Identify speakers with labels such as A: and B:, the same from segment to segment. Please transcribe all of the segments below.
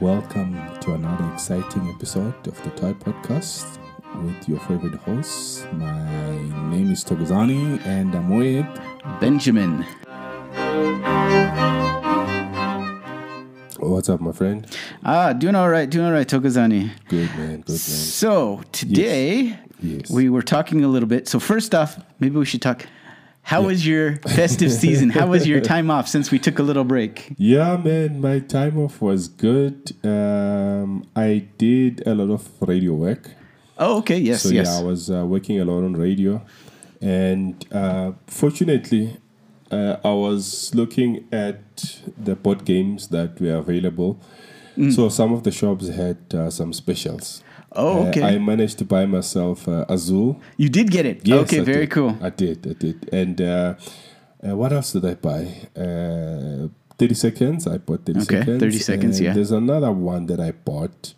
A: Welcome to another exciting episode of the Toy Podcast with your favorite host. My name is Togozani and I'm with.
B: Benjamin.
A: What's up, my friend?
B: Ah, doing all right, doing all right, Tokazani.
A: Good, man. Good, man.
B: So today
A: Yes.
B: we were talking a little bit. So first off, maybe we should talk. How was your festive season? How was your time off since we took a little break?
A: Yeah, man. My time off was good. Um, I did a lot of radio work.
B: Oh, okay. Yes,
A: So,
B: yes.
A: yeah, I was uh, working a lot on radio. And uh, fortunately, uh, I was looking at the board games that were available.
B: Mm.
A: So, some of the shops had uh, some specials.
B: Oh,
A: Uh,
B: okay.
A: I managed to buy myself uh, Azul.
B: you did get it.
A: Yes,
B: okay,
A: I
B: very
A: did.
B: cool.
A: I did, I did. And uh, uh, what else did I buy? Uh, 30 seconds. I bought 30
B: Okay,
A: seconds.
B: 30 seconds,
A: And
B: yeah.
A: There's another one that I bought.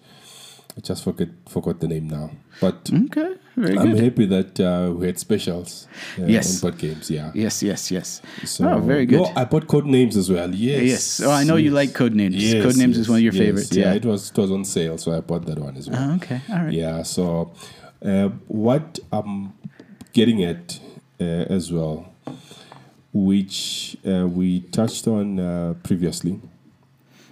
A: I just forgot, forgot the name now.
B: Mm.
A: But
B: Okay, very
A: I'm
B: good.
A: happy that uh, we had specials uh,
B: Yes.
A: on board games, yeah.
B: Yes, yes, yes.
A: So,
B: oh, very good.
A: No, I bought code names as well. Yes.
B: Yes. Oh, I know you like Code Names. Code Names is one of your favorites,
A: Yeah,
B: yeah.
A: it was it was on sale, so I bought that one as well.
B: Oh, okay, all right.
A: Yeah. So, uh, what I'm getting at uh, as well, which uh, we touched on uh, previously,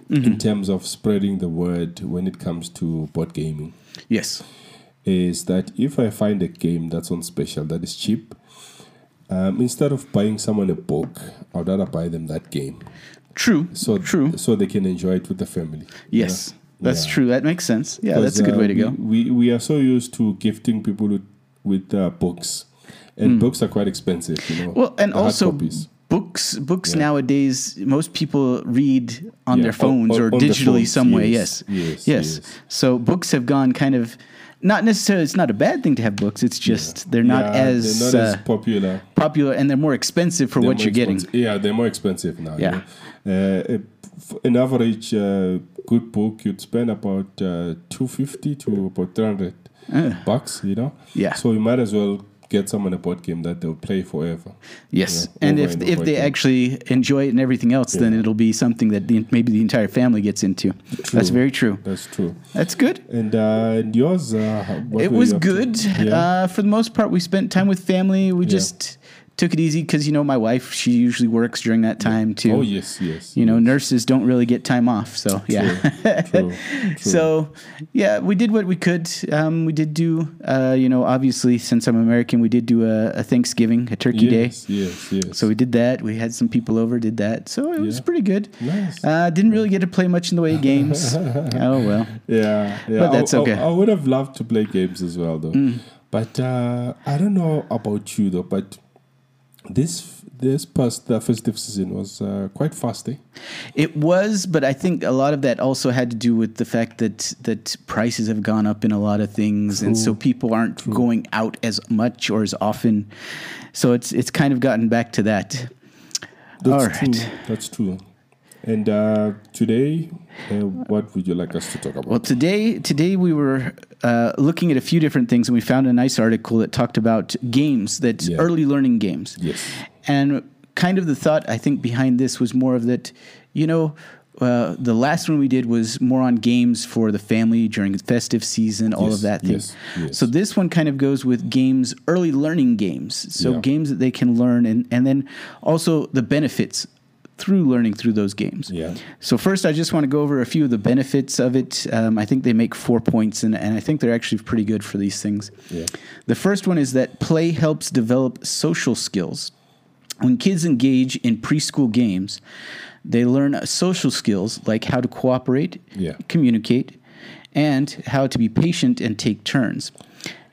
B: Mm-hmm.
A: in terms of spreading the word when it comes to board gaming,
B: Yes.
A: is that if I find a game that's on special that is cheap. Um, instead of buying someone a book, I'd rather buy them that game,
B: True.
A: so
B: True.
A: so they can enjoy it with the family. you know?
B: Yes, that's
A: Yeah.
B: true. That makes sense. Yeah, that's a
A: Because,
B: good
A: uh,
B: way to go.
A: We, we, we are so used to gifting people with, with uh, books, and books are quite expensive, you know.
B: Hmm. Well, and
A: the hard
B: also
A: copies.
B: books. Books nowadays, most people read on
A: Yeah,
B: their
A: on-
B: phones
A: on-
B: or
A: on their
B: digitally
A: phones,
B: some way.
A: yes, yes,
B: Yes.
A: yes.
B: So books have gone kind of not necessarily. It's not a bad thing to have books. It's just they're not
A: Yeah,
B: as,
A: they're not
B: uh,
A: as popular.
B: popular and they're more expensive for
A: They're
B: what
A: more
B: you're getting.
A: expensive. Yeah, they're more expensive now. you
B: Yeah.
A: know. Uh, f- an average uh, good book you'd spend about uh, two fifty to about three hundred bucks, you know.
B: Eh. Yeah.
A: So you might as well get someone a board game that they'll play forever.
B: Yes,
A: Yeah,
B: and
A: over
B: if
A: and
B: if
A: over
B: they
A: again.
B: actually enjoy it and everything else, then it'll be something that the, maybe the entire family gets into. That's
A: True.
B: very true.
A: That's true.
B: That's good.
A: And uh, and yours, uh, how- what
B: it
A: were
B: was
A: you up to?
B: good
A: Yeah.
B: uh, for the most part we spent time with family we just took it easy because you know my wife she usually works during that time too
A: oh yes, yes.
B: you know nurses don't really get time off so yeah
A: True, true.
B: so yeah we did what we could um, we did do uh, you know obviously since i'm american we did do a, a thanksgiving a turkey day
A: yes, yes, yes.
B: so we did that. We had some people over, did that. So it was
A: Yeah.
B: pretty good.
A: Nice.
B: Uh, didn't really get to play much in the way of games. oh well.
A: yeah, yeah.
B: But that's
A: I, I-
B: okay. Mm.
A: I, would have loved to play games as well, though. But uh, I don't know about you though. But this this past the festive season was uh, quite fast, eh?
B: It was, but I think a lot of that also had to do with the fact that that prices have gone up in a lot of things, and so people aren't going out as much or as often. So it's it's kind of gotten back to that.
A: That's
B: All right.
A: true. That's true. And uh, today, uh, what would you like us to talk about?
B: Well, today today we were uh, looking at a few different things, and we found a nice article that talked about games that
A: Yeah.
B: early learning games.
A: Yes.
B: And kind of the thought I think behind this was more of that, you know, uh, the last one we did was more on games for the family during festive season, all
A: Yes,
B: of that thing.
A: yes, yes.
B: So this one kind of goes with games, early learning games. So
A: Yeah.
B: games that they can learn, and and then also the benefits through learning through those games.
A: Yeah.
B: So first, I just want to go over a few of the benefits of it. Um, I think they make four points, and, and I think they're actually pretty good for these things.
A: Yeah.
B: The first one is that play helps develop social skills. When kids engage in preschool games, they learn social skills like how to cooperate,
A: Yeah.
B: communicate, and how to be patient and take turns,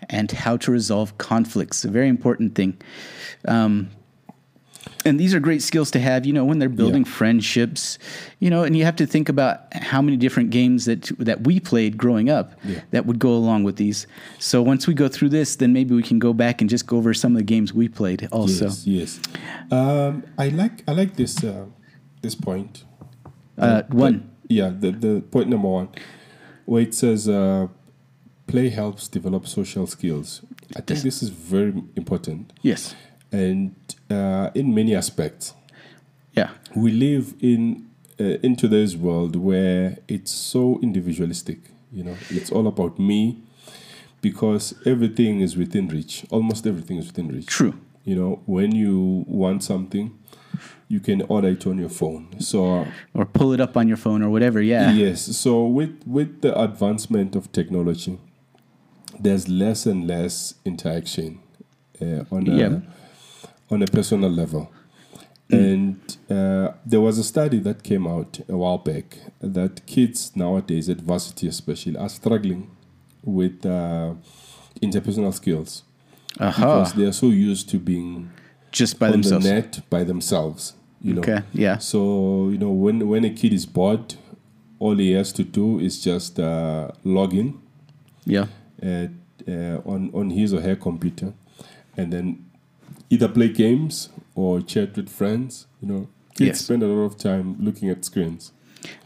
B: and how to resolve conflicts. A very important thing. And these are great skills to have, you know, when they're building friendships, you know, and you have to think about how many different games that that we played growing up
A: Yeah.
B: that would go along with these. So once we go through this, then maybe we can go back and just go over some of the games we played also.
A: Yes, yes. Um, I like I like this uh, this point.
B: Uh, one,
A: Yeah, the, the point number one, where it says uh, play helps develop social skills. I think this is very important,
B: yes,
A: and uh, in many aspects,
B: yeah,
A: we live in uh, into this world where it's so individualistic. You know, it's all about me because everything is within reach. Almost everything is within reach.
B: True.
A: You know, when you want something, you can order it on your phone. So
B: Or pull it up on your phone or whatever. Yeah.
A: yes, so with with the advancement of technology, there's less and less interaction uh, on a
B: Yeah. Mm.
A: on a personal level. And uh, there was a study that came out a while back that kids nowadays at varsity, especially, are struggling with uh, interpersonal skills
B: Aha.
A: because they are so used to being
B: Uh-huh. Just Ah. by
A: on
B: themselves.
A: the net by themselves. You know,
B: Okay. Yeah.
A: so you know when when a kid is bored, all he has to do is just uh, log in
B: Yeah.
A: uh, uh, on on his or her computer, and then either play games or chat with friends. You know, kids
B: Yes.
A: spend a lot of time looking at screens,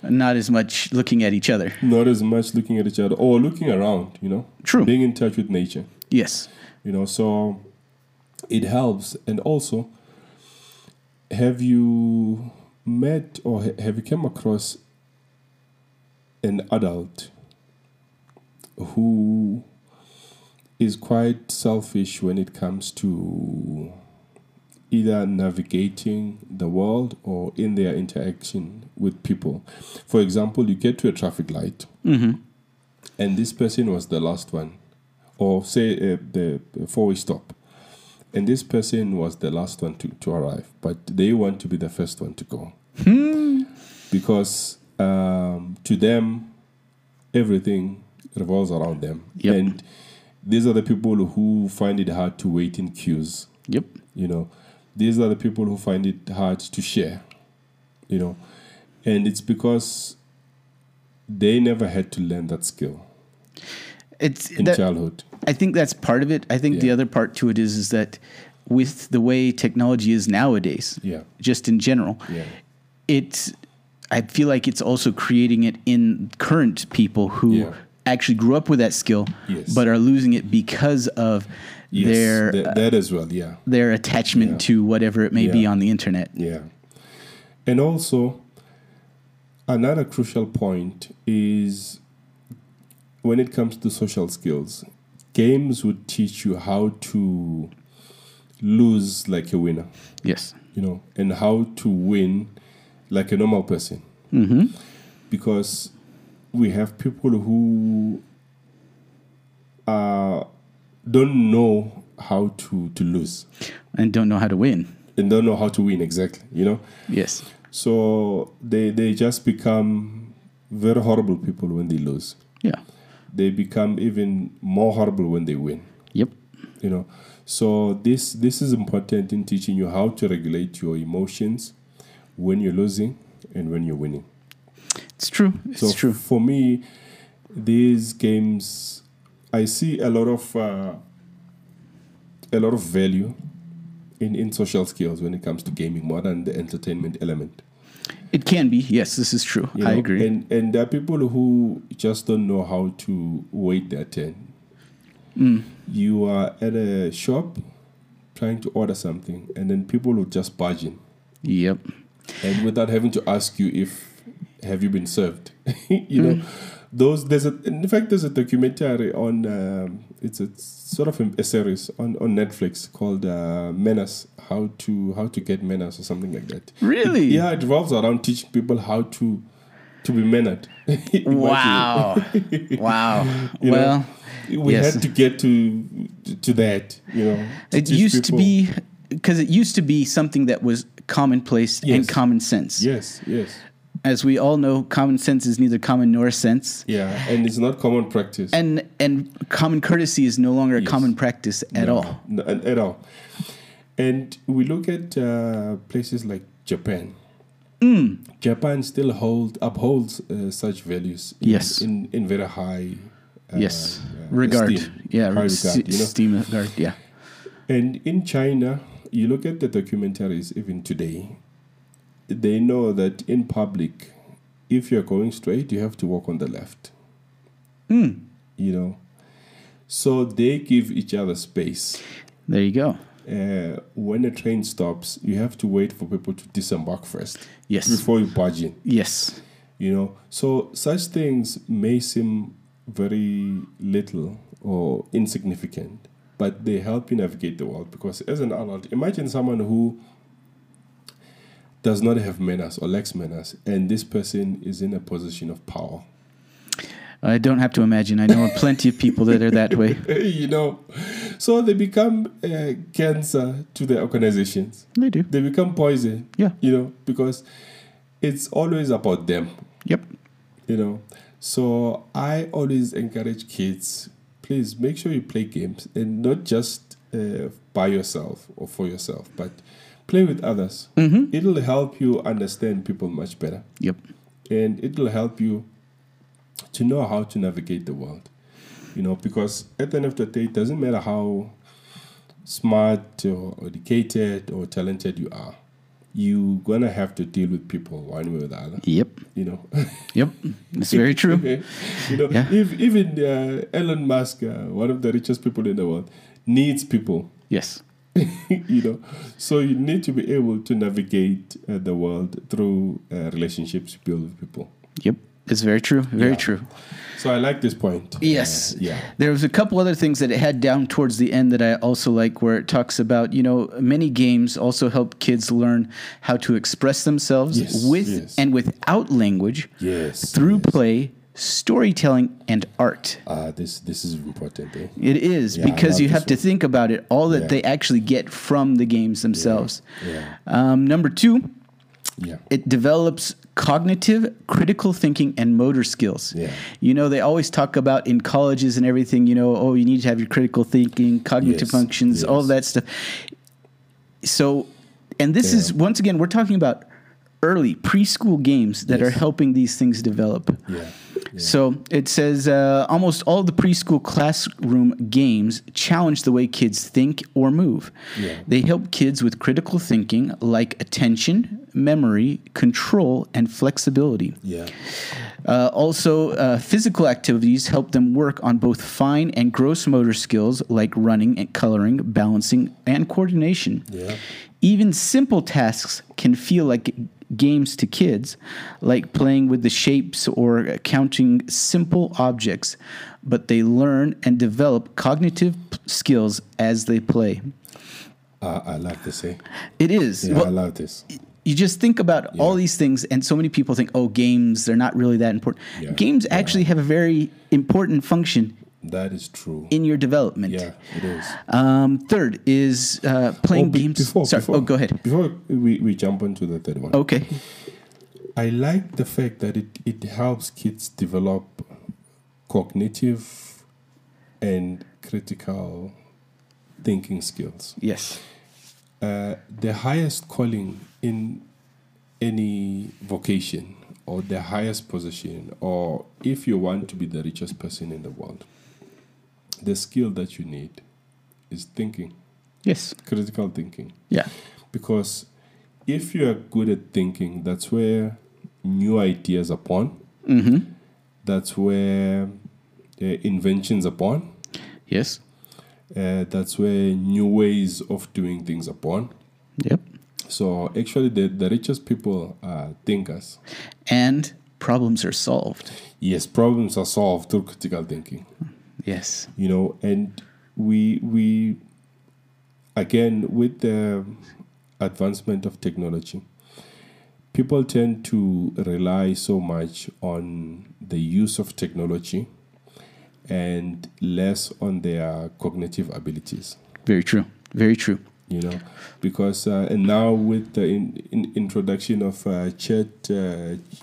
B: Not as much looking at each other.
A: not as much looking at each other or looking around. You know,
B: True.
A: being in touch with nature.
B: Yes.
A: you know so it helps and also have you met or ha- have you come across an adult who is quite selfish when it comes to either navigating the world or in their interaction with people for example you get to a traffic light
B: Mm-hmm.
A: and this person was the last one, or say uh, the four way stop, and this person was the last one to, to arrive, but they want to be the first one to go
B: Hmm.
A: because um, to them, everything revolves around them,
B: Yep.
A: and these are the people who find it hard to wait in queues
B: Yep.
A: you know these are the people who find it hard to share you know and it's because they never had to learn that skill
B: It's
A: in
B: that,
A: childhood
B: I think that's part of it. I think the
A: Yeah.
B: other part to it is is that with the way technology is nowadays,
A: yeah
B: just in general,
A: yeah
B: it's I feel like it's also creating it in current people who
A: Yeah.
B: actually grew up with that skill,
A: Yes.
B: but are losing it because of
A: yes
B: their uh,
A: tha- that as well yeah
B: their attachment
A: Yeah.
B: to whatever it may be
A: Yeah.
B: on the internet.
A: yeah and also another crucial point is when it comes to social skills games would teach you how to lose like a winner
B: Yes.
A: you know, and how to win like a normal person.
B: Mm-hmm.
A: Because we have people who uh, don't know how to, to lose
B: And don't know how to win.
A: and don't know how to win exactly, you know.
B: Yes.
A: So they, they just become very horrible people when they lose.
B: Yeah.
A: They become even more horrible when they win,
B: Yep.
A: you know. So this this is important in teaching you how to regulate your emotions when you're losing and when you're winning.
B: It's true. It's
A: So
B: true.
A: for me, these games, I see a lot of uh, a lot of value in in social skills when it comes to gaming more than the entertainment element.
B: It can be. Yes, this is true.
A: you
B: I
A: know.
B: agree.
A: And and there are people who just don't know how to wait their turn.
B: Hmm.
A: You are at a shop trying to order something, and then people will just barge in,
B: yep.
A: and without having to ask you if have you been served you know
B: Hmm.
A: those there's a in fact there's a documentary on um, it's a sort of a, series on, on netflix called uh, menace how to how to get manners or something like that
B: Really?
A: yeah it revolves around teaching people how to to be mannered Imagine.
B: Wow. wow.
A: You know,
B: well,
A: we
B: yes.
A: had to get to to that you know to
B: it
A: teach
B: used
A: people-
B: to be because it used to be something that was commonplace and
A: Yes.
B: common sense.
A: yes yes
B: As we all know, common sense is neither common nor sense.
A: yeah and it's not common practice
B: And and common courtesy is no longer a common practice at all.
A: No, at at all. And we look at uh, places like Japan.
B: Hmm.
A: Japan still hold upholds uh, such values. In,
B: Yes.
A: in in very high. Uh,
B: Yes.
A: uh,
B: regard.
A: esteem,
B: yeah.
A: high
B: Re-
A: regard, you know?
B: Steam regard. Yeah.
A: And in China, you look at the documentaries even today. They know that in public, if you're going straight, you have to walk on the left. You know, so they give each other space.
B: There you go.
A: uh, when a train stops, you have to wait for people to disembark first
B: Yes.
A: before you barge in.
B: Yes.
A: You know, so such things may seem very little or insignificant, but they help you navigate the world because as an adult, imagine someone who does not have manners or lacks manners, and this person is in a position of power.
B: I don't have to imagine. I know plenty of people that are that way.
A: you know, so they become uh, cancer to the organizations.
B: They do.
A: They become poison.
B: Yeah.
A: You know, because it's always about them.
B: Yep.
A: you know so i always encourage kids please make sure you play games and not just uh, by yourself or for yourself but play with others it'll help you understand people much better
B: Yep.
A: and it'll help you to know how to navigate the world you know because at the end of the day it doesn't matter how smart or educated or talented you are you're gonna have to deal with people one way or the other
B: Yep.
A: you know
B: Yep. It's very true.
A: you know,
B: Yeah.
A: if, even uh, Elon Musk, uh, one of the richest people in the world, needs people.
B: Yes.
A: you know, so you need to be able to navigate uh, the world through uh, relationships you build with people.
B: Yep. It's very true. Very
A: Yeah.
B: true.
A: So I like this point.
B: Yes.
A: Uh, yeah.
B: There was a couple other things that it had down towards the end that I also like, where it talks about you know many games also help kids learn how to express themselves
A: Yes,
B: with
A: yes.
B: and without language
A: Yes.
B: through
A: yes.
B: play, storytelling, and art.
A: Ah, this this is important. Eh?
B: It is
A: Yeah, I
B: because
A: love
B: you
A: this
B: have to
A: one.
B: think about it, all that
A: Yeah.
B: they actually get from the games themselves.
A: Yeah.
B: Um, number two,
A: Yeah.
B: it develops cognitive, critical thinking, and motor skills.
A: Yeah.
B: You know, they always talk about in colleges and everything, you know, oh, you need to have your critical thinking, cognitive
A: Yes,
B: functions, all
A: yes.
B: that stuff. So, and this is,
A: Yeah.
B: once again, we're talking about early preschool games that
A: Yes.
B: are helping these things develop.
A: yeah.
B: So it says uh, almost all the preschool classroom games challenge the way kids think or move.
A: Yeah.
B: They help kids with critical thinking like attention, memory, control, and flexibility.
A: Yeah.
B: Uh, also, uh, physical activities help them work on both fine and gross motor skills like running and coloring, balancing, and coordination.
A: Yeah.
B: Even simple tasks can feel like g- games to kids, like playing with the shapes or counting simple objects, but they learn and develop cognitive p- skills as they play.
A: Ah, I like this. Eh?
B: It is.
A: Yeah, I
B: well,
A: love this.
B: you just think about all these things, and so many people think, oh, games, they're not really that important.
A: Yeah.
B: Games actually have a very important function
A: That is true.
B: in your development.
A: Yeah, it is.
B: Um, third is uh, playing
A: Oh, be-
B: games.
A: Before,
B: Sorry,
A: before,
B: oh, go ahead. Oh,
A: Before we, we jump onto the third one.
B: Okay.
A: I like the fact that it, it helps kids develop cognitive and critical thinking skills.
B: Yes.
A: Uh, the highest calling in any vocation or the highest position, or if you want to be the richest person in the world, the skill that you need is thinking,
B: Yes.
A: critical thinking
B: Yeah.
A: because if you are good at thinking, that's where new ideas are born.
B: Mm-hmm.
A: That's where uh, inventions are born.
B: Yes.
A: Uh, that's where new ways of doing things are born.
B: Yep.
A: So actually, the, the richest people uh, are thinkers.
B: And problems are solved.
A: Yes, problems are solved through critical thinking.
B: Yes.
A: You know, and we we again with the advancement of technology, people tend to rely so much on the use of technology and less on their cognitive abilities
B: Very true. Very true.
A: you know because uh, and now with the in, in introduction of uh, chat uh,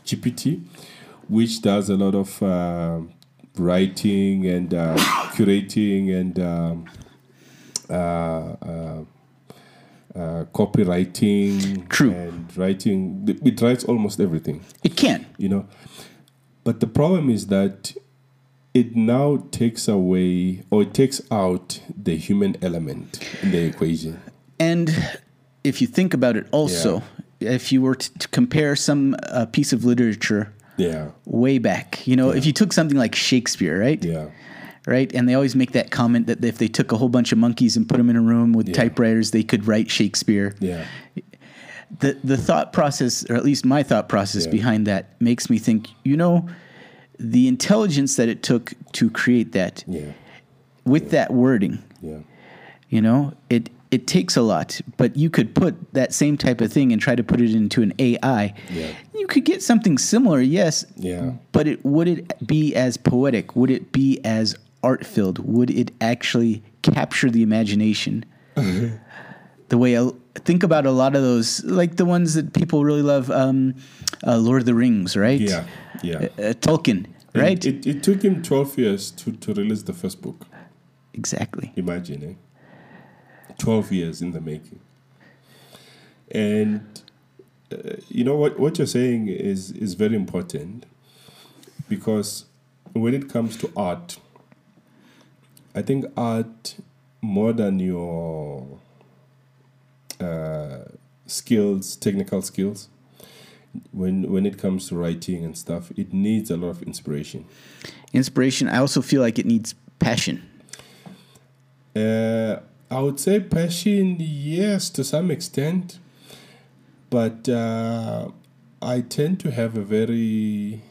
A: gpt which does a lot of uh, writing and uh, curating and um, uh, uh, uh, copywriting
B: True.
A: and writing it- it writes almost everything
B: It can.
A: you know but the problem is that it now takes away or it takes out the human element in the equation
B: And if you think about it also, if you were to, to compare some uh, piece of literature
A: Yeah,
B: way back, you know, if you took something like Shakespeare, right?
A: yeah,
B: right? And they always make that comment that if they took a whole bunch of monkeys and put them in a room with
A: Yeah.
B: typewriters, they could write Shakespeare.
A: Yeah.
B: The the thought process, or at least my thought process
A: Yeah.
B: behind that, makes me think. You know, the intelligence that it took to create that
A: Yeah.
B: with that wording,
A: Yeah.
B: you know, it it takes a lot. But you could put that same type of thing and try to put it into an AI.
A: Yeah.
B: You could get something similar, yes,
A: Yeah.
B: but it would it be as poetic? Would it be as art filled? Would it actually capture the imagination? the way I think about a lot of those, like the ones that people really love, um, uh, Lord of the Rings, right?
A: Yeah. Yeah.
B: Uh, Tolkien, right?
A: It, it took him 12 years to, to release the first book.
B: exactly.
A: Imagine, eh? 12 years in the making. And uh, you know what, what you're saying is, is very important because when it comes to art, I think art more than your uh, skills, technical skills, when when it comes to writing and stuff, it needs a lot of inspiration.
B: Inspiration. I also feel like it needs passion.
A: Uh, I would say passion, yes, to some extent, but uh, I tend to have a very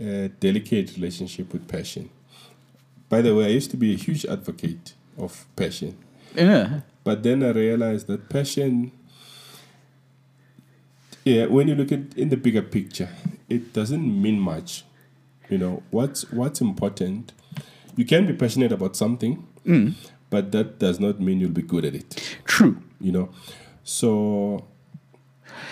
A: uh, delicate relationship with passion. By the way, I used to be a huge advocate of passion,
B: Yeah.
A: but then I realized that passion, yeah, when you look at in the bigger picture, it doesn't mean much. You know what's what's important. You can be passionate about something,
B: Mm.
A: but that does not mean you'll be good at it
B: True.
A: you know so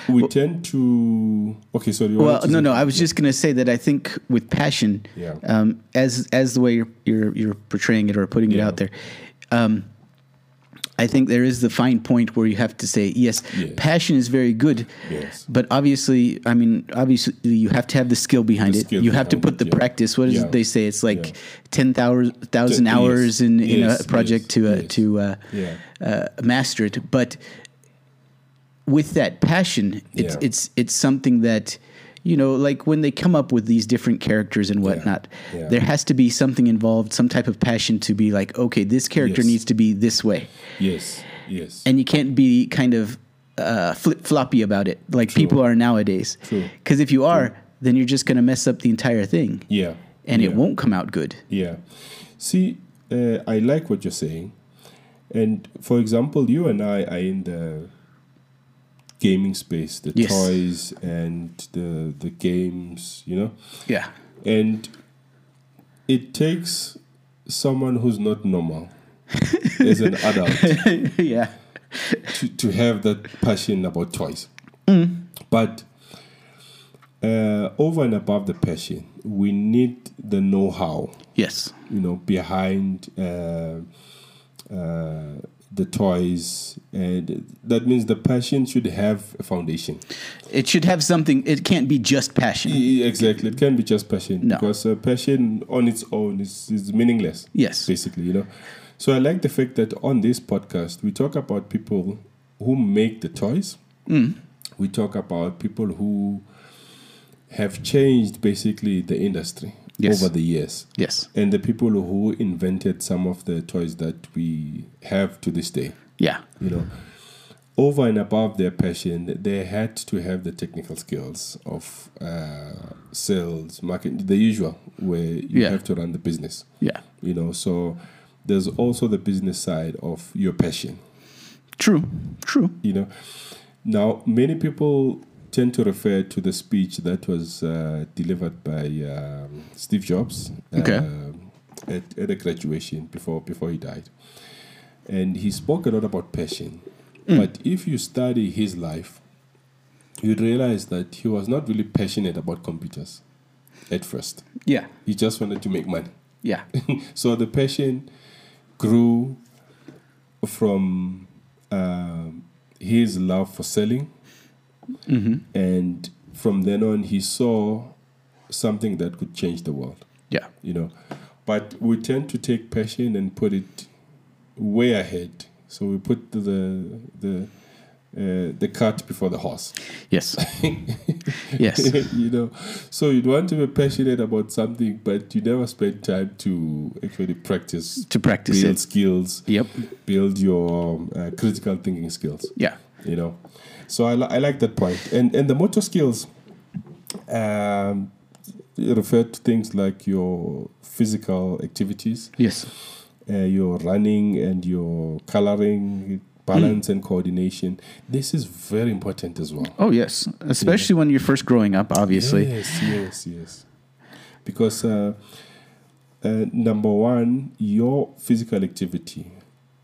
A: we tend to okay so you
B: Well,
A: wanted to
B: no,
A: say-
B: no. I was just going to say that I think with passion,
A: Yeah.
B: um, as as the way you're you're, you're portraying it or putting it
A: Yeah.
B: out there, um, I think there is the fine point where you have to say yes.
A: Yes.
B: Passion is very good,
A: Yes.
B: but obviously, I mean, obviously, you have to have the skill behind
A: The
B: it.
A: skill
B: you have to
A: behind
B: put
A: it,
B: the
A: yeah.
B: practice. What is
A: Yeah.
B: it they say? It's like
A: Yeah.
B: ten thousand thousand
A: Yes,
B: hours in in
A: yes,
B: a project
A: yes,
B: to uh,
A: yes.
B: to uh,
A: Yeah.
B: uh, master it, but with that passion, it's
A: Yeah.
B: it's it's something that you know, like when they come up with these different characters and whatnot,
A: Yeah.
B: there has to be something involved, some type of passion to be like, okay, this character
A: Yes.
B: needs to be this way,
A: yes yes
B: and you can't be kind of uh, flip floppy about it, like people are nowadays.
A: True.
B: Because if you are, then you're just gonna mess up the entire thing,
A: yeah
B: and
A: yeah.
B: it won't come out good.
A: yeah see uh, i like what you're saying and for example you and i are in the gaming space the
B: Yes.
A: toys and the the games you know
B: Yeah.
A: and it takes someone who's not normal as an adult
B: yeah.
A: to, to have that passion about toys. But uh, over and above the passion, we need the know how,
B: Yes.
A: you know, behind uh, uh, the toys. And that means the passion should have a foundation.
B: It should have something. It can't be just passion.
A: E- Exactly. It can be just passion
B: No.
A: because uh, passion on its own is, is meaningless.
B: Yes.
A: Basically, you know. So I like the fact that on this podcast, we talk about people who make the toys.
B: Mm.
A: We talk about people who have changed basically the industry
B: Yes.
A: over the years
B: Yes.
A: and the people who invented some of the toys that we have to this day
B: Yeah.
A: you know over and above their passion they had to have the technical skills of uh, sales marketing the usual where you
B: Yeah.
A: have to run the business
B: Yeah.
A: you know so there's also the business side of your passion
B: True. True.
A: you know now many people tend to refer to the speech that was uh, delivered by um, steve jobs
B: Okay.
A: um, at, at a graduation before before he died and he spoke a lot about passion but if you study his life you'd realize that he was not really passionate about computers at first
B: Yeah.
A: he just wanted to make money
B: Yeah.
A: so the passion grew from um, his love for selling, and from then on, he saw something that could change the world.
B: Yeah.
A: You know, but we tend to take passion and put it way ahead. So we put the the uh, the cart before the horse.
B: Yes. yes.
A: you know, so you'd want to be passionate about something, but you never spend time to actually practice
B: To practice
A: build
B: it.
A: skills.
B: Yep.
A: Build your uh, critical thinking skills.
B: Yeah.
A: You know, so I, li- I like that point. And and the motor skills, um, refer to things like your physical activities,
B: Yes.
A: uh, your running and your coloring, balance and coordination. This is very important as well.
B: Oh yes, especially when you're first growing up, obviously.
A: Yes, yes, yes. Because uh, uh, number one, your physical activity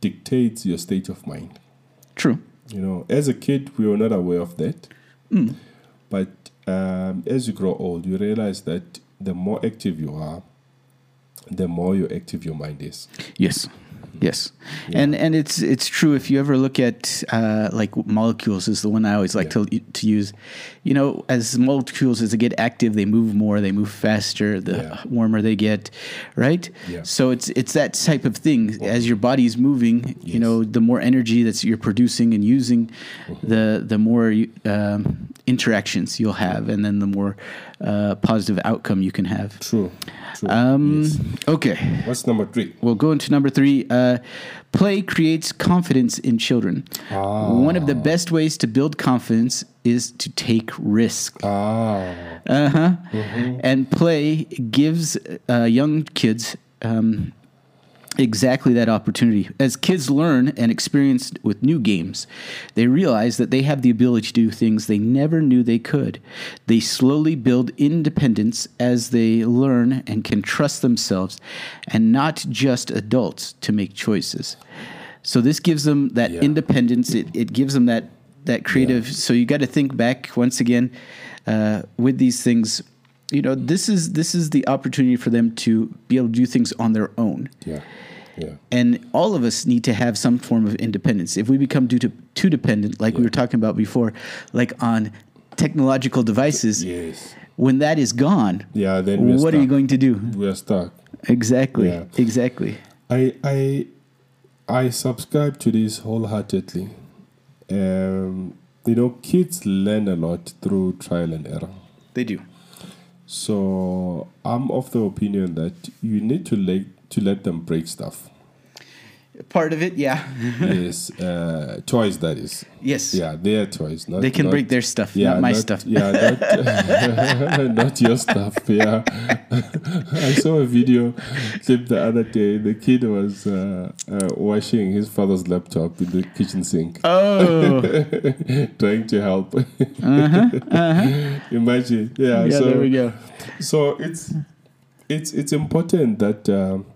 A: dictates your state of mind.
B: True.
A: You know, as a kid, we were not aware of that.
B: Hmm.
A: But um, as you grow old, you realize that the more active you are, the more your active your mind is.
B: Yes. Yes, and and it's it's true. If you ever look at uh, like molecules, is the one I always like to to use. You know, as molecules as they get active, they move more, they move faster. The
A: Yeah.
B: warmer they get, right?
A: Yeah.
B: So it's it's that type of thing. As your body's moving, you know, the more energy that you're producing and using,
A: Mm-hmm.
B: the the more you- um, interactions you'll have, and then the more uh, positive outcome you can have.
A: True. True.
B: Um,
A: yes.
B: Okay
A: What's number three?
B: we'll go into number three. Uh, play creates confidence in children. One of the best ways to build confidence is to take risk.
A: Ah,
B: Uh huh. And play gives uh, young kids. Um, Exactly that opportunity. As kids learn and experience with new games, they realize that they have the ability to do things they never knew they could. They slowly build independence as they learn and can trust themselves and not just adults to make choices. So this gives them that
A: Yeah.
B: independence. It, it gives them that that creative. So you got to think back once again uh, with these things. You know, this is this is the opportunity for them to be able to do things on their own
A: yeah, yeah,
B: and all of us need to have some form of independence. If we become too, too dependent, like we were talking about before, like on technological devices,
A: yes.
B: when that is gone,
A: Yeah, then we're
B: what are you
A: stuck.
B: going to do?
A: We are stuck.
B: Exactly,
A: Yeah.
B: exactly.
A: I I I subscribe to this wholeheartedly. Um, you know, kids learn a lot through trial and error.
B: They do.
A: So I'm of the opinion that you need to let to let them break stuff.
B: Part of it, yeah. Mm-hmm.
A: yes, uh, toys that is.
B: Yes.
A: Yeah, their toys. Not,
B: They can
A: not-
B: break their stuff, not my stuff.
A: Yeah, not, not your stuff. Yeah, I saw a video clip the other day. The kid was uh, uh, washing his father's laptop in the kitchen sink,
B: Oh,
A: trying to help. Imagine. Yeah.
B: yeah,
A: so,
B: there we go.
A: so it's it's it's important that um,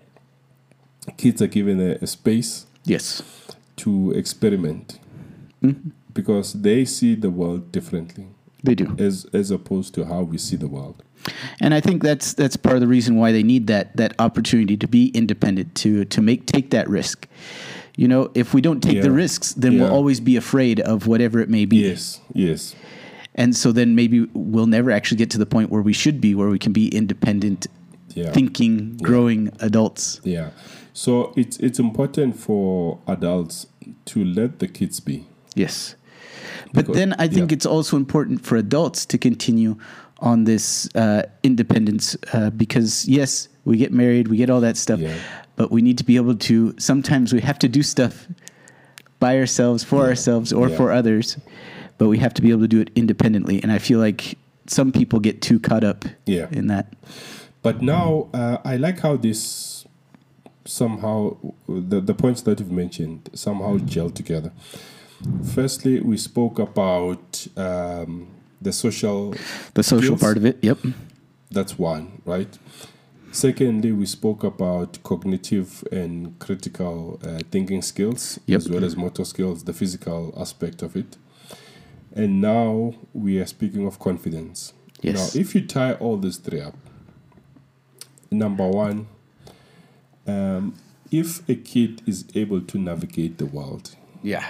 A: kids are given a, a space
B: Yes,
A: to experiment because they see the world differently
B: they do.
A: as as opposed to how we see the world.
B: And I think that's that's part of the reason why they need that that opportunity to be independent to to make take that risk. You know, if we don't take the
A: Yeah.
B: risks, then we'll
A: Yeah.
B: always be afraid of whatever it may be.
A: Yes, yes,
B: And so then maybe we'll never actually get to the point where we should be, where we can be independent,
A: yeah,
B: thinking, growing adults.
A: yeah. So it's it's important for adults to let the kids be.
B: Yes. But
A: Because-
B: then I think
A: yeah.
B: it's also important for adults to continue on this uh, independence uh, because, yes, we get married, we get all that stuff,
A: Yeah.
B: but we need to be able to, sometimes we have to do stuff by ourselves, for ourselves, or
A: Yeah.
B: for others, but we have to be able to do it independently. And I feel like some people get too caught up
A: Yeah.
B: in that.
A: But now uh, I like how this somehow the the points that you've mentioned somehow gel together. Firstly, we spoke about um, the social
B: The social
A: Skills.
B: part of it, yep.
A: That's one, right? Secondly, we spoke about cognitive and critical uh, thinking skills,
B: Yep.
A: as well as motor skills, the physical aspect of it. And now we are speaking of confidence.
B: Yes.
A: Now, if you tie all these three up, number one, um, if a kid is able to navigate the world,
B: Yeah.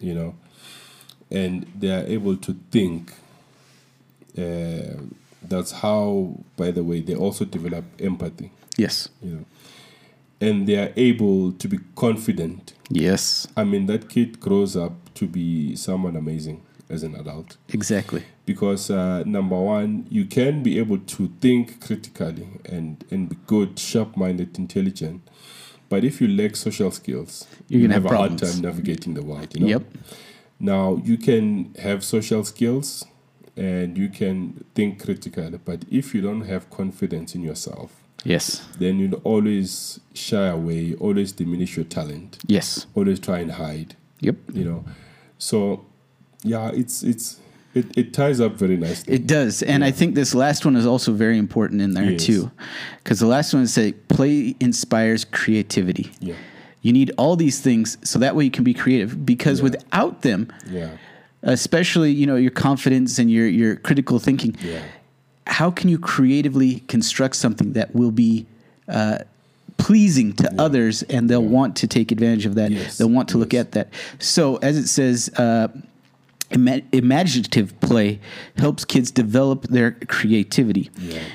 A: you know, and they are able to think. Uh, that's how, by the way, they also develop empathy,
B: Yes.
A: you know. and they are able to be confident.
B: Yes.
A: I mean, that kid grows up to be someone amazing as an adult
B: Exactly.
A: because uh, number one, you can be able to think critically and and be good, sharp-minded, intelligent. But if you lack social skills,
B: You're
A: you
B: gonna have
A: a hard
B: problems.
A: time navigating the world. You know?
B: Yep.
A: Now you can have social skills and you can think critically, but if you don't have confidence in yourself,
B: Yes.
A: then you'll always shy away, always diminish your talent,
B: Yes.
A: always try and hide.
B: Yep.
A: You know, so yeah, it's it's it, it ties up very nicely.
B: It does. And I think this last one is also very important in there
A: Yes.
B: too. Because the last one is say play inspires creativity.
A: Yeah.
B: You need all these things so that way you can be creative. Because without them,
A: Yeah.
B: especially, you know, your confidence and your your critical thinking,
A: Yeah.
B: how can you creatively construct something that will be uh, pleasing to others and they'll want to take advantage of that
A: Yes,
B: they'll want to look at that so as it says uh, ima- imaginative play helps kids develop their creativity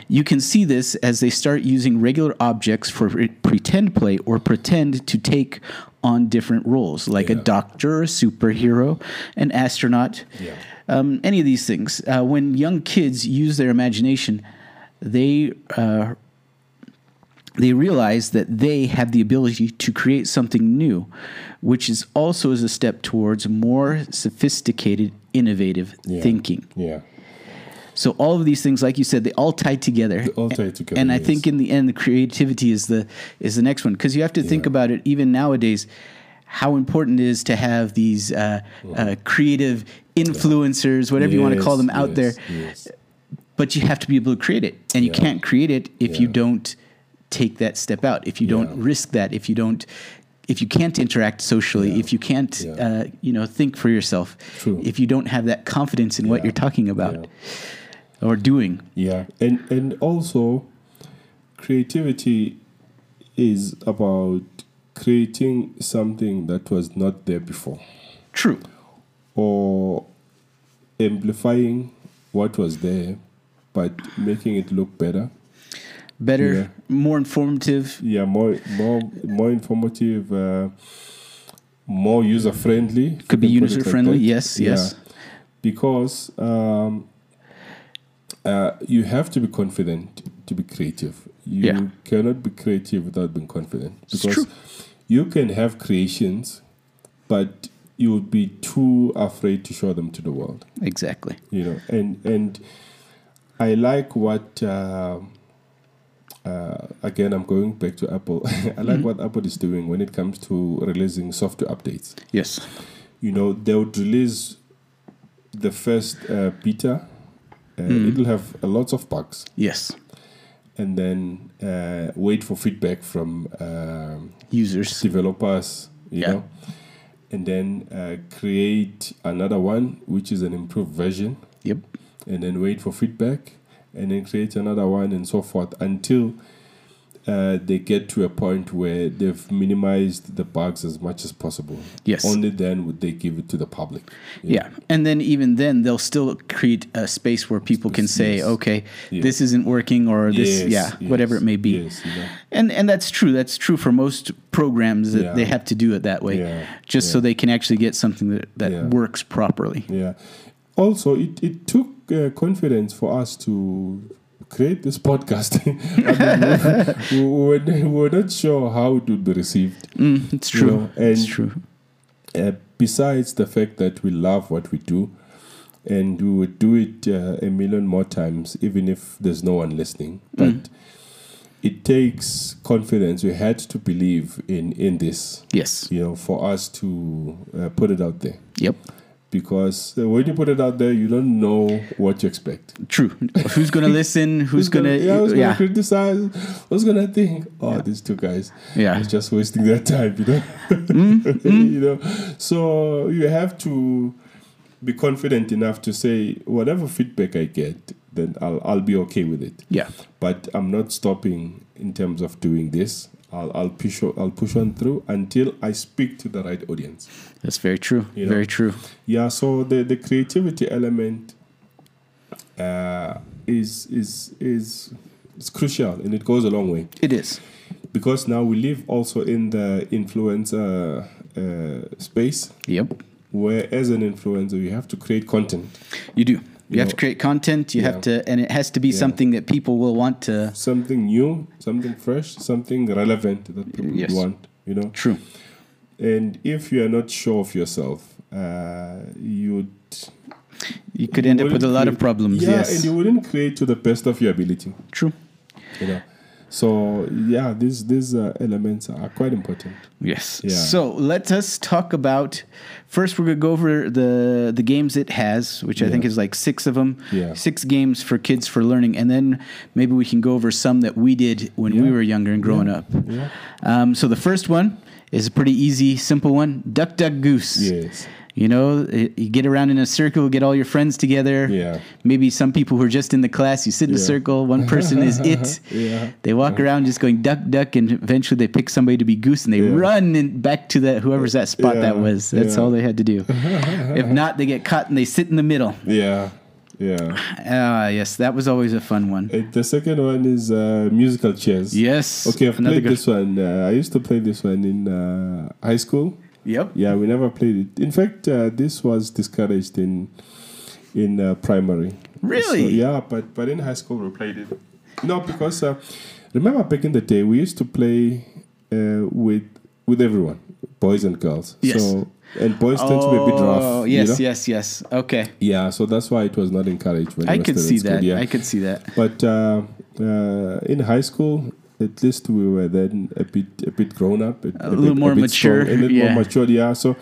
B: you can see this as they start using regular objects for pre- pretend play or pretend to take on different roles like a
A: Yeah.
B: doctor a superhero an astronaut
A: Yeah.
B: um, any of these things. Uh, when young kids use their imagination, they uh, they realize that they have the ability to create something new, which is also is a step towards more sophisticated, innovative
A: Yeah.
B: thinking.
A: Yeah.
B: So all of these things, like you said, they all tie together.
A: all tie together,
B: And I
A: yes.
B: think in the end, the creativity is the is the next one because you have to think
A: Yeah.
B: about it. Even nowadays, how important it is to have these uh,
A: Mm-hmm.
B: uh, creative influencers, whatever you want to call them, out there.
A: Yes.
B: But you have to be able to create it, and you
A: Yeah.
B: can't create it if you
A: Yeah.
B: don't take that step out. If you don't
A: Yeah.
B: risk that. If you don't. If you can't interact socially, if you can't,
A: Yeah.
B: uh, you know, think for yourself,
A: True.
B: if you don't have that confidence in what
A: Yeah.
B: you're talking about or doing,
A: Yeah, and and also, creativity is about creating something that was not there before,
B: True.
A: or amplifying what was there, but making it look better.
B: Better,
A: Yeah.
B: more informative.
A: Yeah, more more more informative, uh, more user friendly.
B: Could be user-friendly, yes, yes.
A: Because um, uh, you have to be confident to be creative. You
B: Yeah.
A: cannot be creative without being confident.
B: It's
A: Because
B: true.
A: you can have creations, but you would be too afraid to show them to the world
B: Exactly.
A: you know and and i like what uh, uh, again i'm going back to apple i like what apple is doing when it comes to releasing software updates
B: Yes.
A: you know they would release the first uh, beta uh, it'll have a lots of bugs
B: Yes.
A: and then uh, wait for feedback from um,
B: Users.
A: developers you
B: Yeah.
A: know and then uh, create another one which is an improved version
B: Yep.
A: and then wait for feedback and then create another one and so forth until uh, they get to a point where they've minimized the bugs as much as possible.
B: Yes.
A: Only then would they give it to the public.
B: Yeah. And then even then they'll still create a space where people can say,
A: Yes.
B: okay,
A: Yes.
B: this isn't working or this yeah,
A: Yes,
B: whatever
A: yes,
B: it may be.
A: Yes, you know.
B: And and that's true. That's true for most programs that
A: Yeah.
B: they have to do it that way.
A: Yeah.
B: Just so
A: Yeah.
B: they can actually get something that, that
A: Yeah.
B: works properly.
A: Yeah. Also, it, it took uh, confidence for us to create this podcast. I mean, we, we, were, we were not sure how it would be received.
B: Mm, it's
A: You
B: true.
A: know, and-
B: it's true.
A: uh, besides the fact that we love what we do and we would do it uh, a million more times even if there's no one listening but it takes confidence we had to believe in in this
B: Yes.
A: you know for us to uh, put it out there
B: Yep.
A: because uh, when you put it out there you don't know what to expect
B: True. Who's going to listen? Who's, going to
A: yeah, who's gonna
B: yeah.
A: criticize who's gonna think oh these two guys
B: Yeah. Mm,
A: it's just wasting their time, you know. you know, so you have to be confident enough to say whatever feedback I get, then I'll I'll be okay with it.
B: Yeah.
A: But I'm not stopping in terms of doing this. I'll I'll push o- I'll push on through until I speak to the right audience.
B: That's very true.
A: You know.
B: Very true.
A: Yeah. So the the creativity element uh, is is is. It's crucial and it goes a long way
B: It is.
A: because now we live also in the influencer uh, space
B: Yep.
A: where as an influencer you have to create content
B: You do. You, have
A: know,
B: to create content. You
A: yeah.
B: have to, and it has to be something that people will want to.
A: something new something fresh something relevant that people
B: Yes.
A: want you know
B: True.
A: and if you are not sure of yourself uh, you'd
B: You could end up with a lot of problems.
A: yeah and
B: yes.
A: you wouldn't create to the best of your ability
B: True.
A: you know so yeah these these uh, elements are quite important
B: Yes.
A: Yeah.
B: So let us talk about. First, we're gonna go over the the games it has, which I think is like six of them.
A: Yeah.
B: Six games for kids for learning, and then maybe we can go over some that we did when we
A: Yeah.
B: were younger and growing up.
A: Yeah.
B: Um, so the first one is a pretty easy, simple one: Duck, Duck, Goose.
A: yes
B: You know, y- you get around in a circle, get all your friends together.
A: Yeah.
B: Maybe some people who are just in the class, you sit in a
A: Yeah.
B: circle, one person is it.
A: Yeah.
B: They walk around just going duck, duck, and eventually they pick somebody to be goose and they
A: Yeah.
B: run in, back to that whoever's that spot that
A: Yeah.
B: was. That's
A: Yeah.
B: all they had to do. if not, they get caught and they sit in the middle.
A: yeah yeah
B: Ah, yes, that was always a fun one.
A: And the second one is uh, musical chairs
B: Yes.
A: okay i've
B: another
A: played
B: good-
A: this one uh, i used to play this one in uh, high school
B: Yep.
A: yeah we never played it in fact uh, this was discouraged in in uh, primary
B: Really?
A: So, yeah but but in high school we played it no because uh, remember back in the day we used to play uh, with with everyone boys and girls
B: Yes.
A: so and boys tend to be a bit rough
B: Oh,
A: you
B: yes,
A: know?
B: yes, yes. Okay.
A: yeah so that's why it was not encouraged when
B: I
A: we were
B: could
A: still in
B: see
A: school,
B: that.
A: yeah.
B: I could see that.
A: But uh, uh, in high school, at least we were then a bit a bit grown up, a, a
B: little
A: bit,
B: more
A: a bit
B: mature,
A: strong, a little
B: yeah.
A: more matured. Yeah, so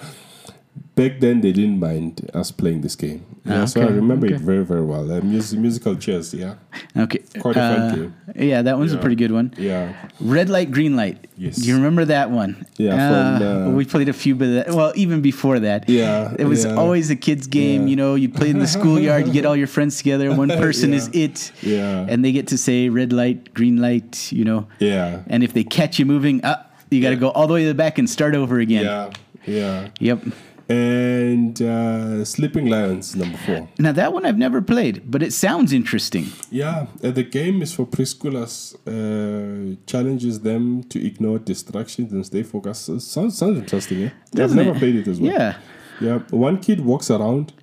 A: back then they didn't mind us playing this game. Yeah,
B: Ah,
A: so I
B: okay,
A: remember it
B: okay.
A: very very well. Uh, mus- musical chairs, yeah,
B: Okay. uh,
A: Quite a fun game.
B: Yeah, that one's a
A: Yeah.
B: pretty good one.
A: yeah,
B: Red light, green light.
A: Yes.
B: Do you remember that one?
A: Yeah,
B: Uh,
A: from, uh,
B: we played a few, but that, well, even before that.
A: Yeah,
B: It was
A: yeah.
B: always a kids' game.
A: Yeah.
B: You know, you play in the schoolyard, you get all your friends together, one person
A: Yeah.
B: is it.
A: Yeah.
B: And they get to say red light, green light, you know.
A: yeah,
B: And if they catch you moving, up, you got to go all the way to the back and start over again.
A: yeah, yeah.
B: Yep.
A: And uh, Sleeping Lions number four.
B: Now, that one I've never played, but it sounds interesting.
A: Yeah, uh, the game is for preschoolers. Uh, challenges them to ignore distractions and stay focused. So- Sounds sounds interesting. Yeah,
B: Doesn't
A: I've never
B: it?
A: played it as well.
B: Yeah.
A: yeah. One kid walks around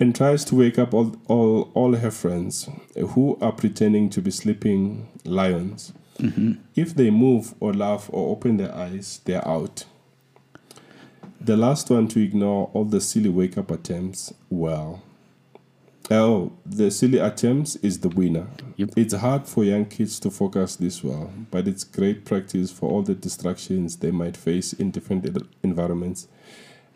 A: and tries to wake up all all, all her friends uh, who are pretending to be sleeping lions.
B: Mm-hmm.
A: If they move or laugh or open their eyes, they're out. The last one to ignore all the silly wake up attempts. Well, oh, the silly attempts is the winner.
B: Yep.
A: It's hard for young kids to focus this well, but it's great practice for all the distractions they might face in different en- environments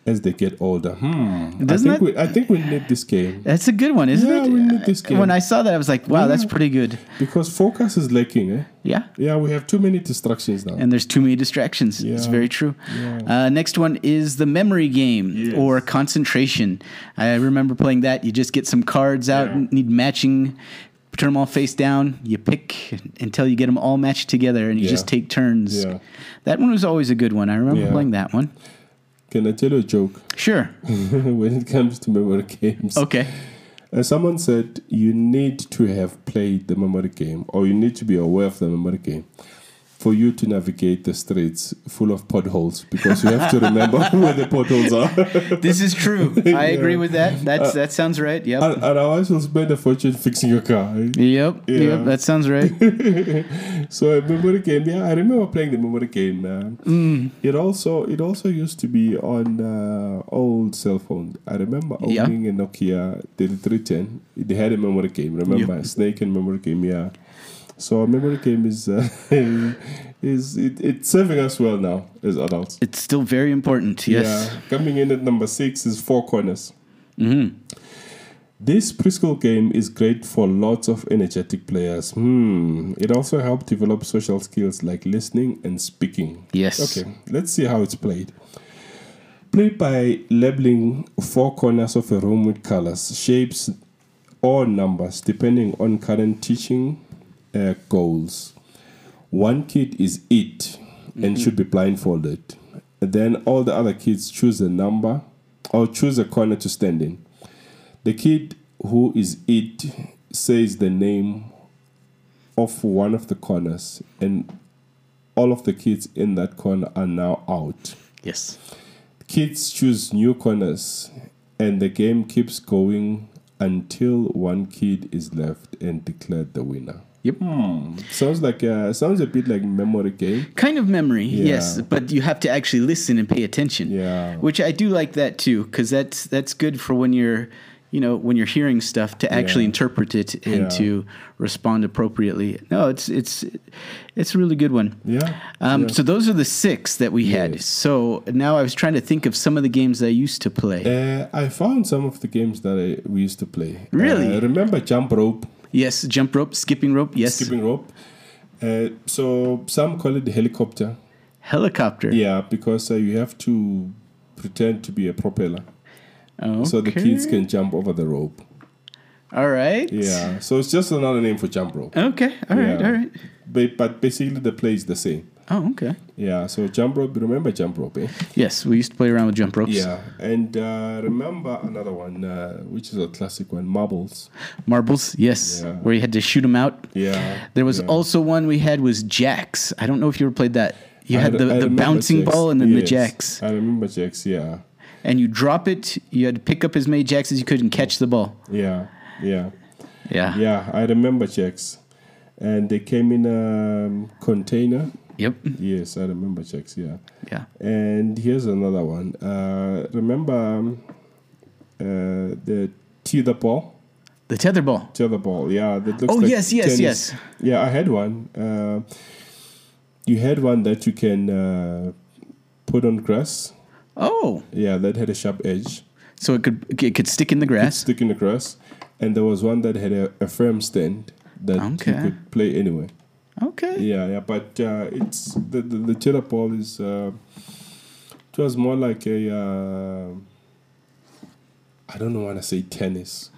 A: as they get older. Hmm. I
B: Doesn't
A: think
B: that-
A: we I think we need this game
B: That's a good one, isn't
A: Yeah,
B: it?
A: we need this game.
B: When I saw that, I was like, wow, that's pretty good.
A: because focus is lacking. Eh?
B: Yeah.
A: Yeah, we have too many distractions now.
B: and there's too many distractions. It's
A: Yeah.
B: very true. Uh, next one is the memory game
A: Yes.
B: or concentration. I remember playing that. You just get some cards out,
A: Yeah.
B: need matching, turn them all face down. You pick until you get them all matched together, and you
A: Yeah.
B: just take turns.
A: Yeah.
B: That one was always a good one. I remember
A: Yeah.
B: playing that one.
A: Can I tell you a joke
B: Sure.
A: when it comes to memory games?
B: Okay.
A: Uh, someone said you need to have played the memory game or you need to be aware of the memory game for you to navigate the streets full of potholes because you have to remember where the potholes are.
B: this is true. I agree with that.
A: Uh,
B: That's that sounds right. Yep.
A: and, and otherwise, you'll spend a fortune fixing your car. eh?
B: Yep,
A: Yeah.
B: yep, that sounds right.
A: So a memory game, yeah, I remember playing the memory game. Man. It also it also used to be on uh, old cell phone. I remember
B: Yeah.
A: owning a Nokia 3310. They had a memory game. Remember Snake and memory game, yeah. So a memory game is uh, is it, it's serving us well now as adults.
B: It's still very important. Yes.
A: Yeah. Coming in at number six is Four Corners.
B: Mm-hmm.
A: This preschool game is great for lots of energetic players. Hmm. It also helps develop social skills like listening and speaking.
B: Yes.
A: Okay, let's see how it's played. Play by labeling four corners of a room with colors, shapes, or numbers depending on current teaching uh, goals. One kid is it and should be blindfolded. Then all the other kids choose a number or choose a corner to stand in. The kid who is it says the name of one of the corners and all of the kids in that corner are now out.
B: Yes.
A: Kids choose new corners, and the game keeps going until one kid is left and declared the winner.
B: Yep.
A: Hmm. Sounds like uh, sounds a bit like memory game.
B: Kind of memory, yes, but you have to actually listen and pay attention.
A: Yeah.
B: Which I do like that too, because that's that's good for when you're, you know, when you're hearing stuff to actually
A: Yeah.
B: interpret it and
A: Yeah.
B: to respond appropriately. No, it's it's it's a really good one.
A: Yeah.
B: Um,
A: yeah.
B: So those are the six that we had.
A: Yes.
B: So now I was trying to think of some of the games I used to play.
A: Uh, I found some of the games that I, we used to play.
B: Really?
A: Uh, remember jump rope,
B: yes, jump rope, skipping rope. Yes,
A: skipping rope. Uh, so some call it helicopter.
B: helicopter.
A: Yeah, because uh, you have to pretend to be a propeller,
B: Okay.
A: so the kids can jump over the rope.
B: All right.
A: Yeah. So it's just another name for jump rope.
B: Okay. All right.
A: Yeah.
B: All right.
A: But, but basically the play is the same.
B: Oh, okay.
A: Yeah. So jump rope. Remember jump rope? Eh?
B: Yes, we used to play around with jump ropes.
A: Yeah. And uh, remember another one, uh, which is a classic one, marbles.
B: Marbles, yes,
A: Yeah.
B: where you had to shoot them out.
A: Yeah.
B: There was
A: yeah.
B: also one we had was jacks. I don't know if you ever played that. You
A: I
B: had
A: re-
B: the,
A: I
B: the
A: remember
B: bouncing
A: jacks.
B: ball and then the
A: Yes,
B: jacks.
A: I remember jacks. Yeah,
B: And you drop it, you had to pick up as many jacks as you could and catch the ball.
A: yeah, yeah,
B: Yeah.
A: yeah. I remember jacks, and they came in a um, container.
B: Yep.
A: Yes, I remember jacks. Yeah,
B: Yeah.
A: and here's another one. Uh, remember um, uh, the tether ball.
B: The tether ball.
A: Tether ball. Yeah, that looks
B: Oh,
A: like
B: yes, yes,
A: tennis.
B: yes.
A: Yeah, I had one. Uh, you had one that you can uh, put on grass.
B: Oh,
A: Yeah, that had a sharp edge.
B: so it could it could stick in the grass.
A: sticking across, and there was one that had a, a firm stand that
B: Okay.
A: you could play anywhere.
B: Okay.
A: Yeah, yeah, but uh, it's the the, the cheddar ball is uh, it was more like a uh, I don't want to say tennis,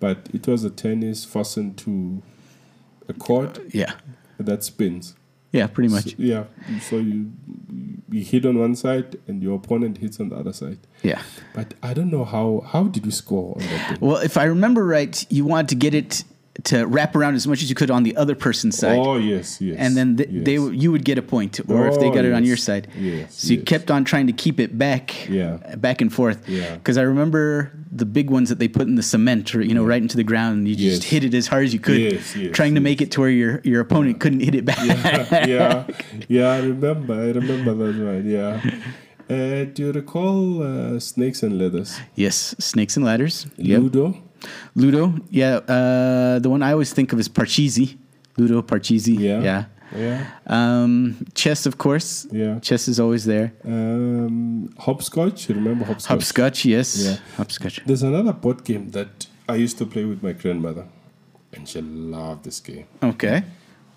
A: but it was a tennis fastened to a cord
B: Yeah.
A: that spins.
B: Yeah, pretty
A: So,
B: much.
A: yeah, so you you hit on one side and your opponent hits on the other side.
B: Yeah.
A: But I don't know how how did we score on that thing?
B: Well, if I remember right, you wanted to get it to wrap around as much as you could on the other person's side.
A: Oh yes, yes.
B: and then th-
A: yes.
B: they you would get a point, or if they
A: Oh,
B: got it on
A: yes.
B: your side.
A: Yes,
B: So you
A: yes.
B: kept on trying to keep it back,
A: Yeah.
B: back and forth.
A: Yeah.
B: Because I remember the big ones that they put in the cement, or you know, right into the ground. and You just
A: Yes.
B: hit it as hard as you could,
A: Yes, yes,
B: trying to make it to where your your opponent couldn't hit it back.
A: yeah, yeah. I remember. I remember that one. Yeah. Uh, do you recall uh, snakes and leathers?
B: yes, snakes and ladders.
A: Ludo.
B: Ludo. Yeah. Uh, the one I always think of is Parcheesi. Ludo, Parcheesi.
A: Yeah.
B: Yeah.
A: Yeah.
B: Um, chess, of course.
A: Yeah.
B: Chess is always there.
A: Um, hopscotch. You remember hopscotch?
B: Hopscotch, yes.
A: Yeah.
B: Hopscotch.
A: There's another board game that I used to play with my grandmother, and she loved this game.
B: Okay.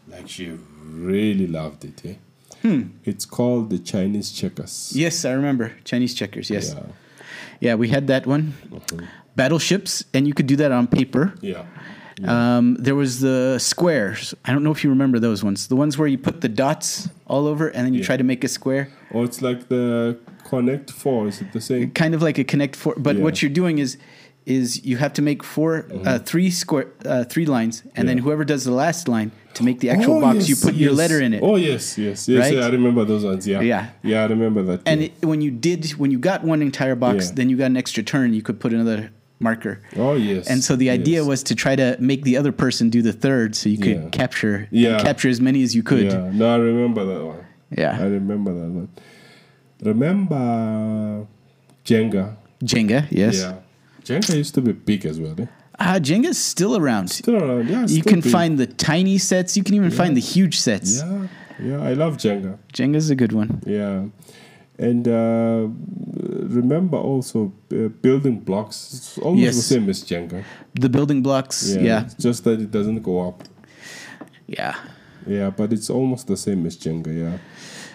A: Like she really loved it. Eh?
B: Hmm.
A: It's called the Chinese checkers.
B: Yes, I remember Chinese checkers. Yes, yeah,
A: Yeah. Mm-hmm.
B: we had that one. Battleships, and you could do that on paper.
A: Yeah.
B: Um, there was the squares. I don't know if you remember those ones. The ones where you put the dots all over, and then you try to make a square,
A: Or Oh, it's like the Connect Four. Is it the same?
B: kind of like a connect four. But
A: Yeah. Mm-hmm.
B: what you're doing is, is you have to make 4 uh, three square, uh, three lines, and then
A: Yeah.
B: whoever does the last line to make the actual
A: Oh,
B: box, you
A: yes,
B: put your
A: yes.
B: letter in it.
A: Oh yes, yes, yes.
B: Right?
A: Yeah, I remember those ones. Yeah,
B: Yeah.
A: yeah. I remember that.
B: And
A: yeah.
B: it, when you did, when you got one entire box,
A: Yeah.
B: then you got an extra turn. You could put another marker.
A: oh yes.
B: And so the idea
A: yes.
B: was to try to make the other person do the third, so you could
A: Yeah.
B: capture
A: Yeah.
B: capture as many as you could. Yeah.
A: Yeah, no, I remember that one. I remember that one. Remember Jenga?
B: Jenga, yes.
A: Yeah, Jenga used to be big as well. Eh?
B: Ah, Jenga's still around.
A: Still around? Yeah, it's
B: you
A: still
B: can
A: big.
B: find the tiny sets. You can even find the huge sets.
A: Yeah, yeah. I love Jenga.
B: Jenga's a good one.
A: Yeah, and uh, remember also uh, building blocks. It's almost
B: Yes.
A: the same as Jenga.
B: The building blocks, yeah. Yeah.
A: it's just that it doesn't go up. Yeah, but it's almost the same as Jenga. Yeah.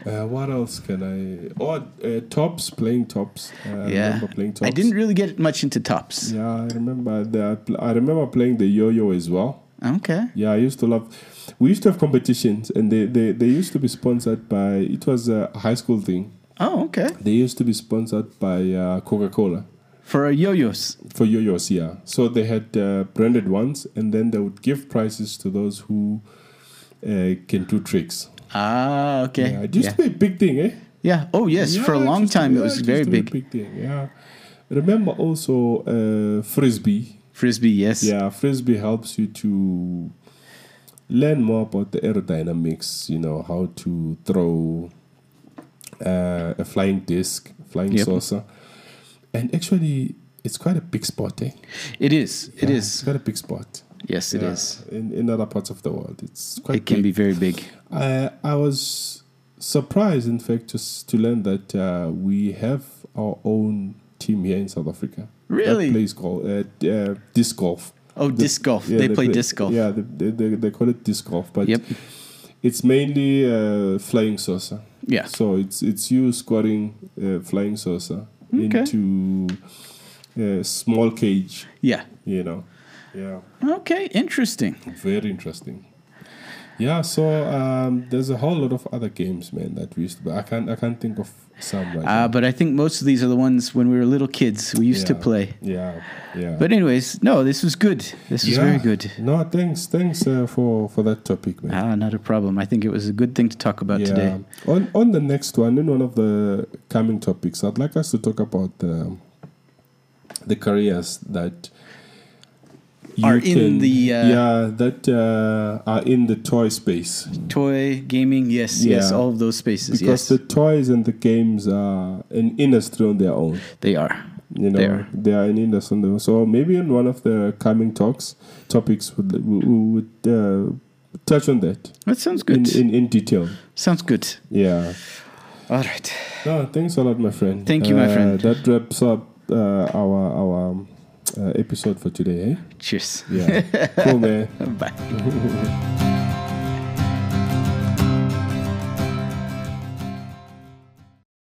A: Uh, what else can I? Oh, uh, tops playing tops. Uh, I
B: Yeah.
A: remember playing tops.
B: I didn't really get much into tops.
A: Yeah, I remember that. I remember playing the yo-yo as well.
B: Okay.
A: Yeah, I used to love. We used to have competitions, and they they, they used to be sponsored by. It was a high school thing.
B: Oh, okay.
A: They used to be sponsored by uh, Coca-Cola
B: For yo-yos.
A: for yo-yos. Yeah, so they had uh, branded ones, and then they would give prizes to those who uh, can do tricks.
B: Ah, okay.
A: Yeah,
B: Yeah.
A: it used to be a big thing, eh?
B: Yeah. Oh, yes. for a
A: Yeah,
B: long
A: used to-
B: time, it
A: yeah,
B: was
A: used
B: very
A: to be a
B: big.
A: big thing, yeah. Remember also uh, frisbee.
B: Frisbee, yes.
A: Yeah, frisbee helps you to learn more about the aerodynamics. You know how to throw uh, a flying disc, flying
B: Yep.
A: saucer, and actually, it's quite a big sport. Eh?
B: It is. It
A: Yeah,
B: is.
A: It's quite a big sport.
B: Yes, it
A: Yeah,
B: is.
A: In, in other parts of the world, it's quite.
B: It can
A: big.
B: be very big.
A: I Uh, I was surprised, in fact, to s- to learn that uh, we have our own team here in South Africa.
B: Really?
A: that plays golf, uh, d- uh, disc golf.
B: Oh,
A: The-
B: disc golf.
A: yeah,
B: they, play, disc golf.
A: Yeah, they, they, they, they call it disc golf, but
B: Yep.
A: it's mainly uh, flying saucer.
B: Yeah.
A: So it's it's you squatting uh, flying saucer
B: Okay.
A: into a small cage,
B: Yeah.
A: you know. Yeah,
B: Okay. Interesting.
A: very interesting. Yeah, so um, there's a whole lot of other games, man, that we used to. But I can't I can't think of some right
B: Uh, but I think most of these are the ones when we were little kids we
A: now.
B: used to
A: Yeah,
B: play.
A: Yeah, yeah.
B: But anyways, no, this was good. This was
A: yeah.
B: very good.
A: No, thanks, thanks uh, for for that topic, man.
B: Ah, not a problem. I think it was a good thing to talk about today.
A: On on the next one, in one of the coming topics, I'd like us to talk about the the careers that you
B: Are in the, uh,
A: yeah that uh, are in the toy space
B: Toy, gaming, yes, yes,
A: Yeah.
B: all of those spaces,
A: because
B: yes.
A: the toys and the games are an industry on their own.
B: they are.
A: You know,
B: They
A: they
B: are.
A: are, an industry on their own. So maybe in one of the coming talks topics, would we we would uh, touch on that
B: That sounds
A: in,
B: good.
A: in in detail.
B: sounds good.
A: Yeah.
B: All right.
A: No, thanks a lot, my friend.
B: Thank you, my
A: Uh,
B: friend.
A: That wraps up uh, our our um, uh, episode for today. Eh?
B: Cheers.
A: Yeah, cool, man.
B: Bye.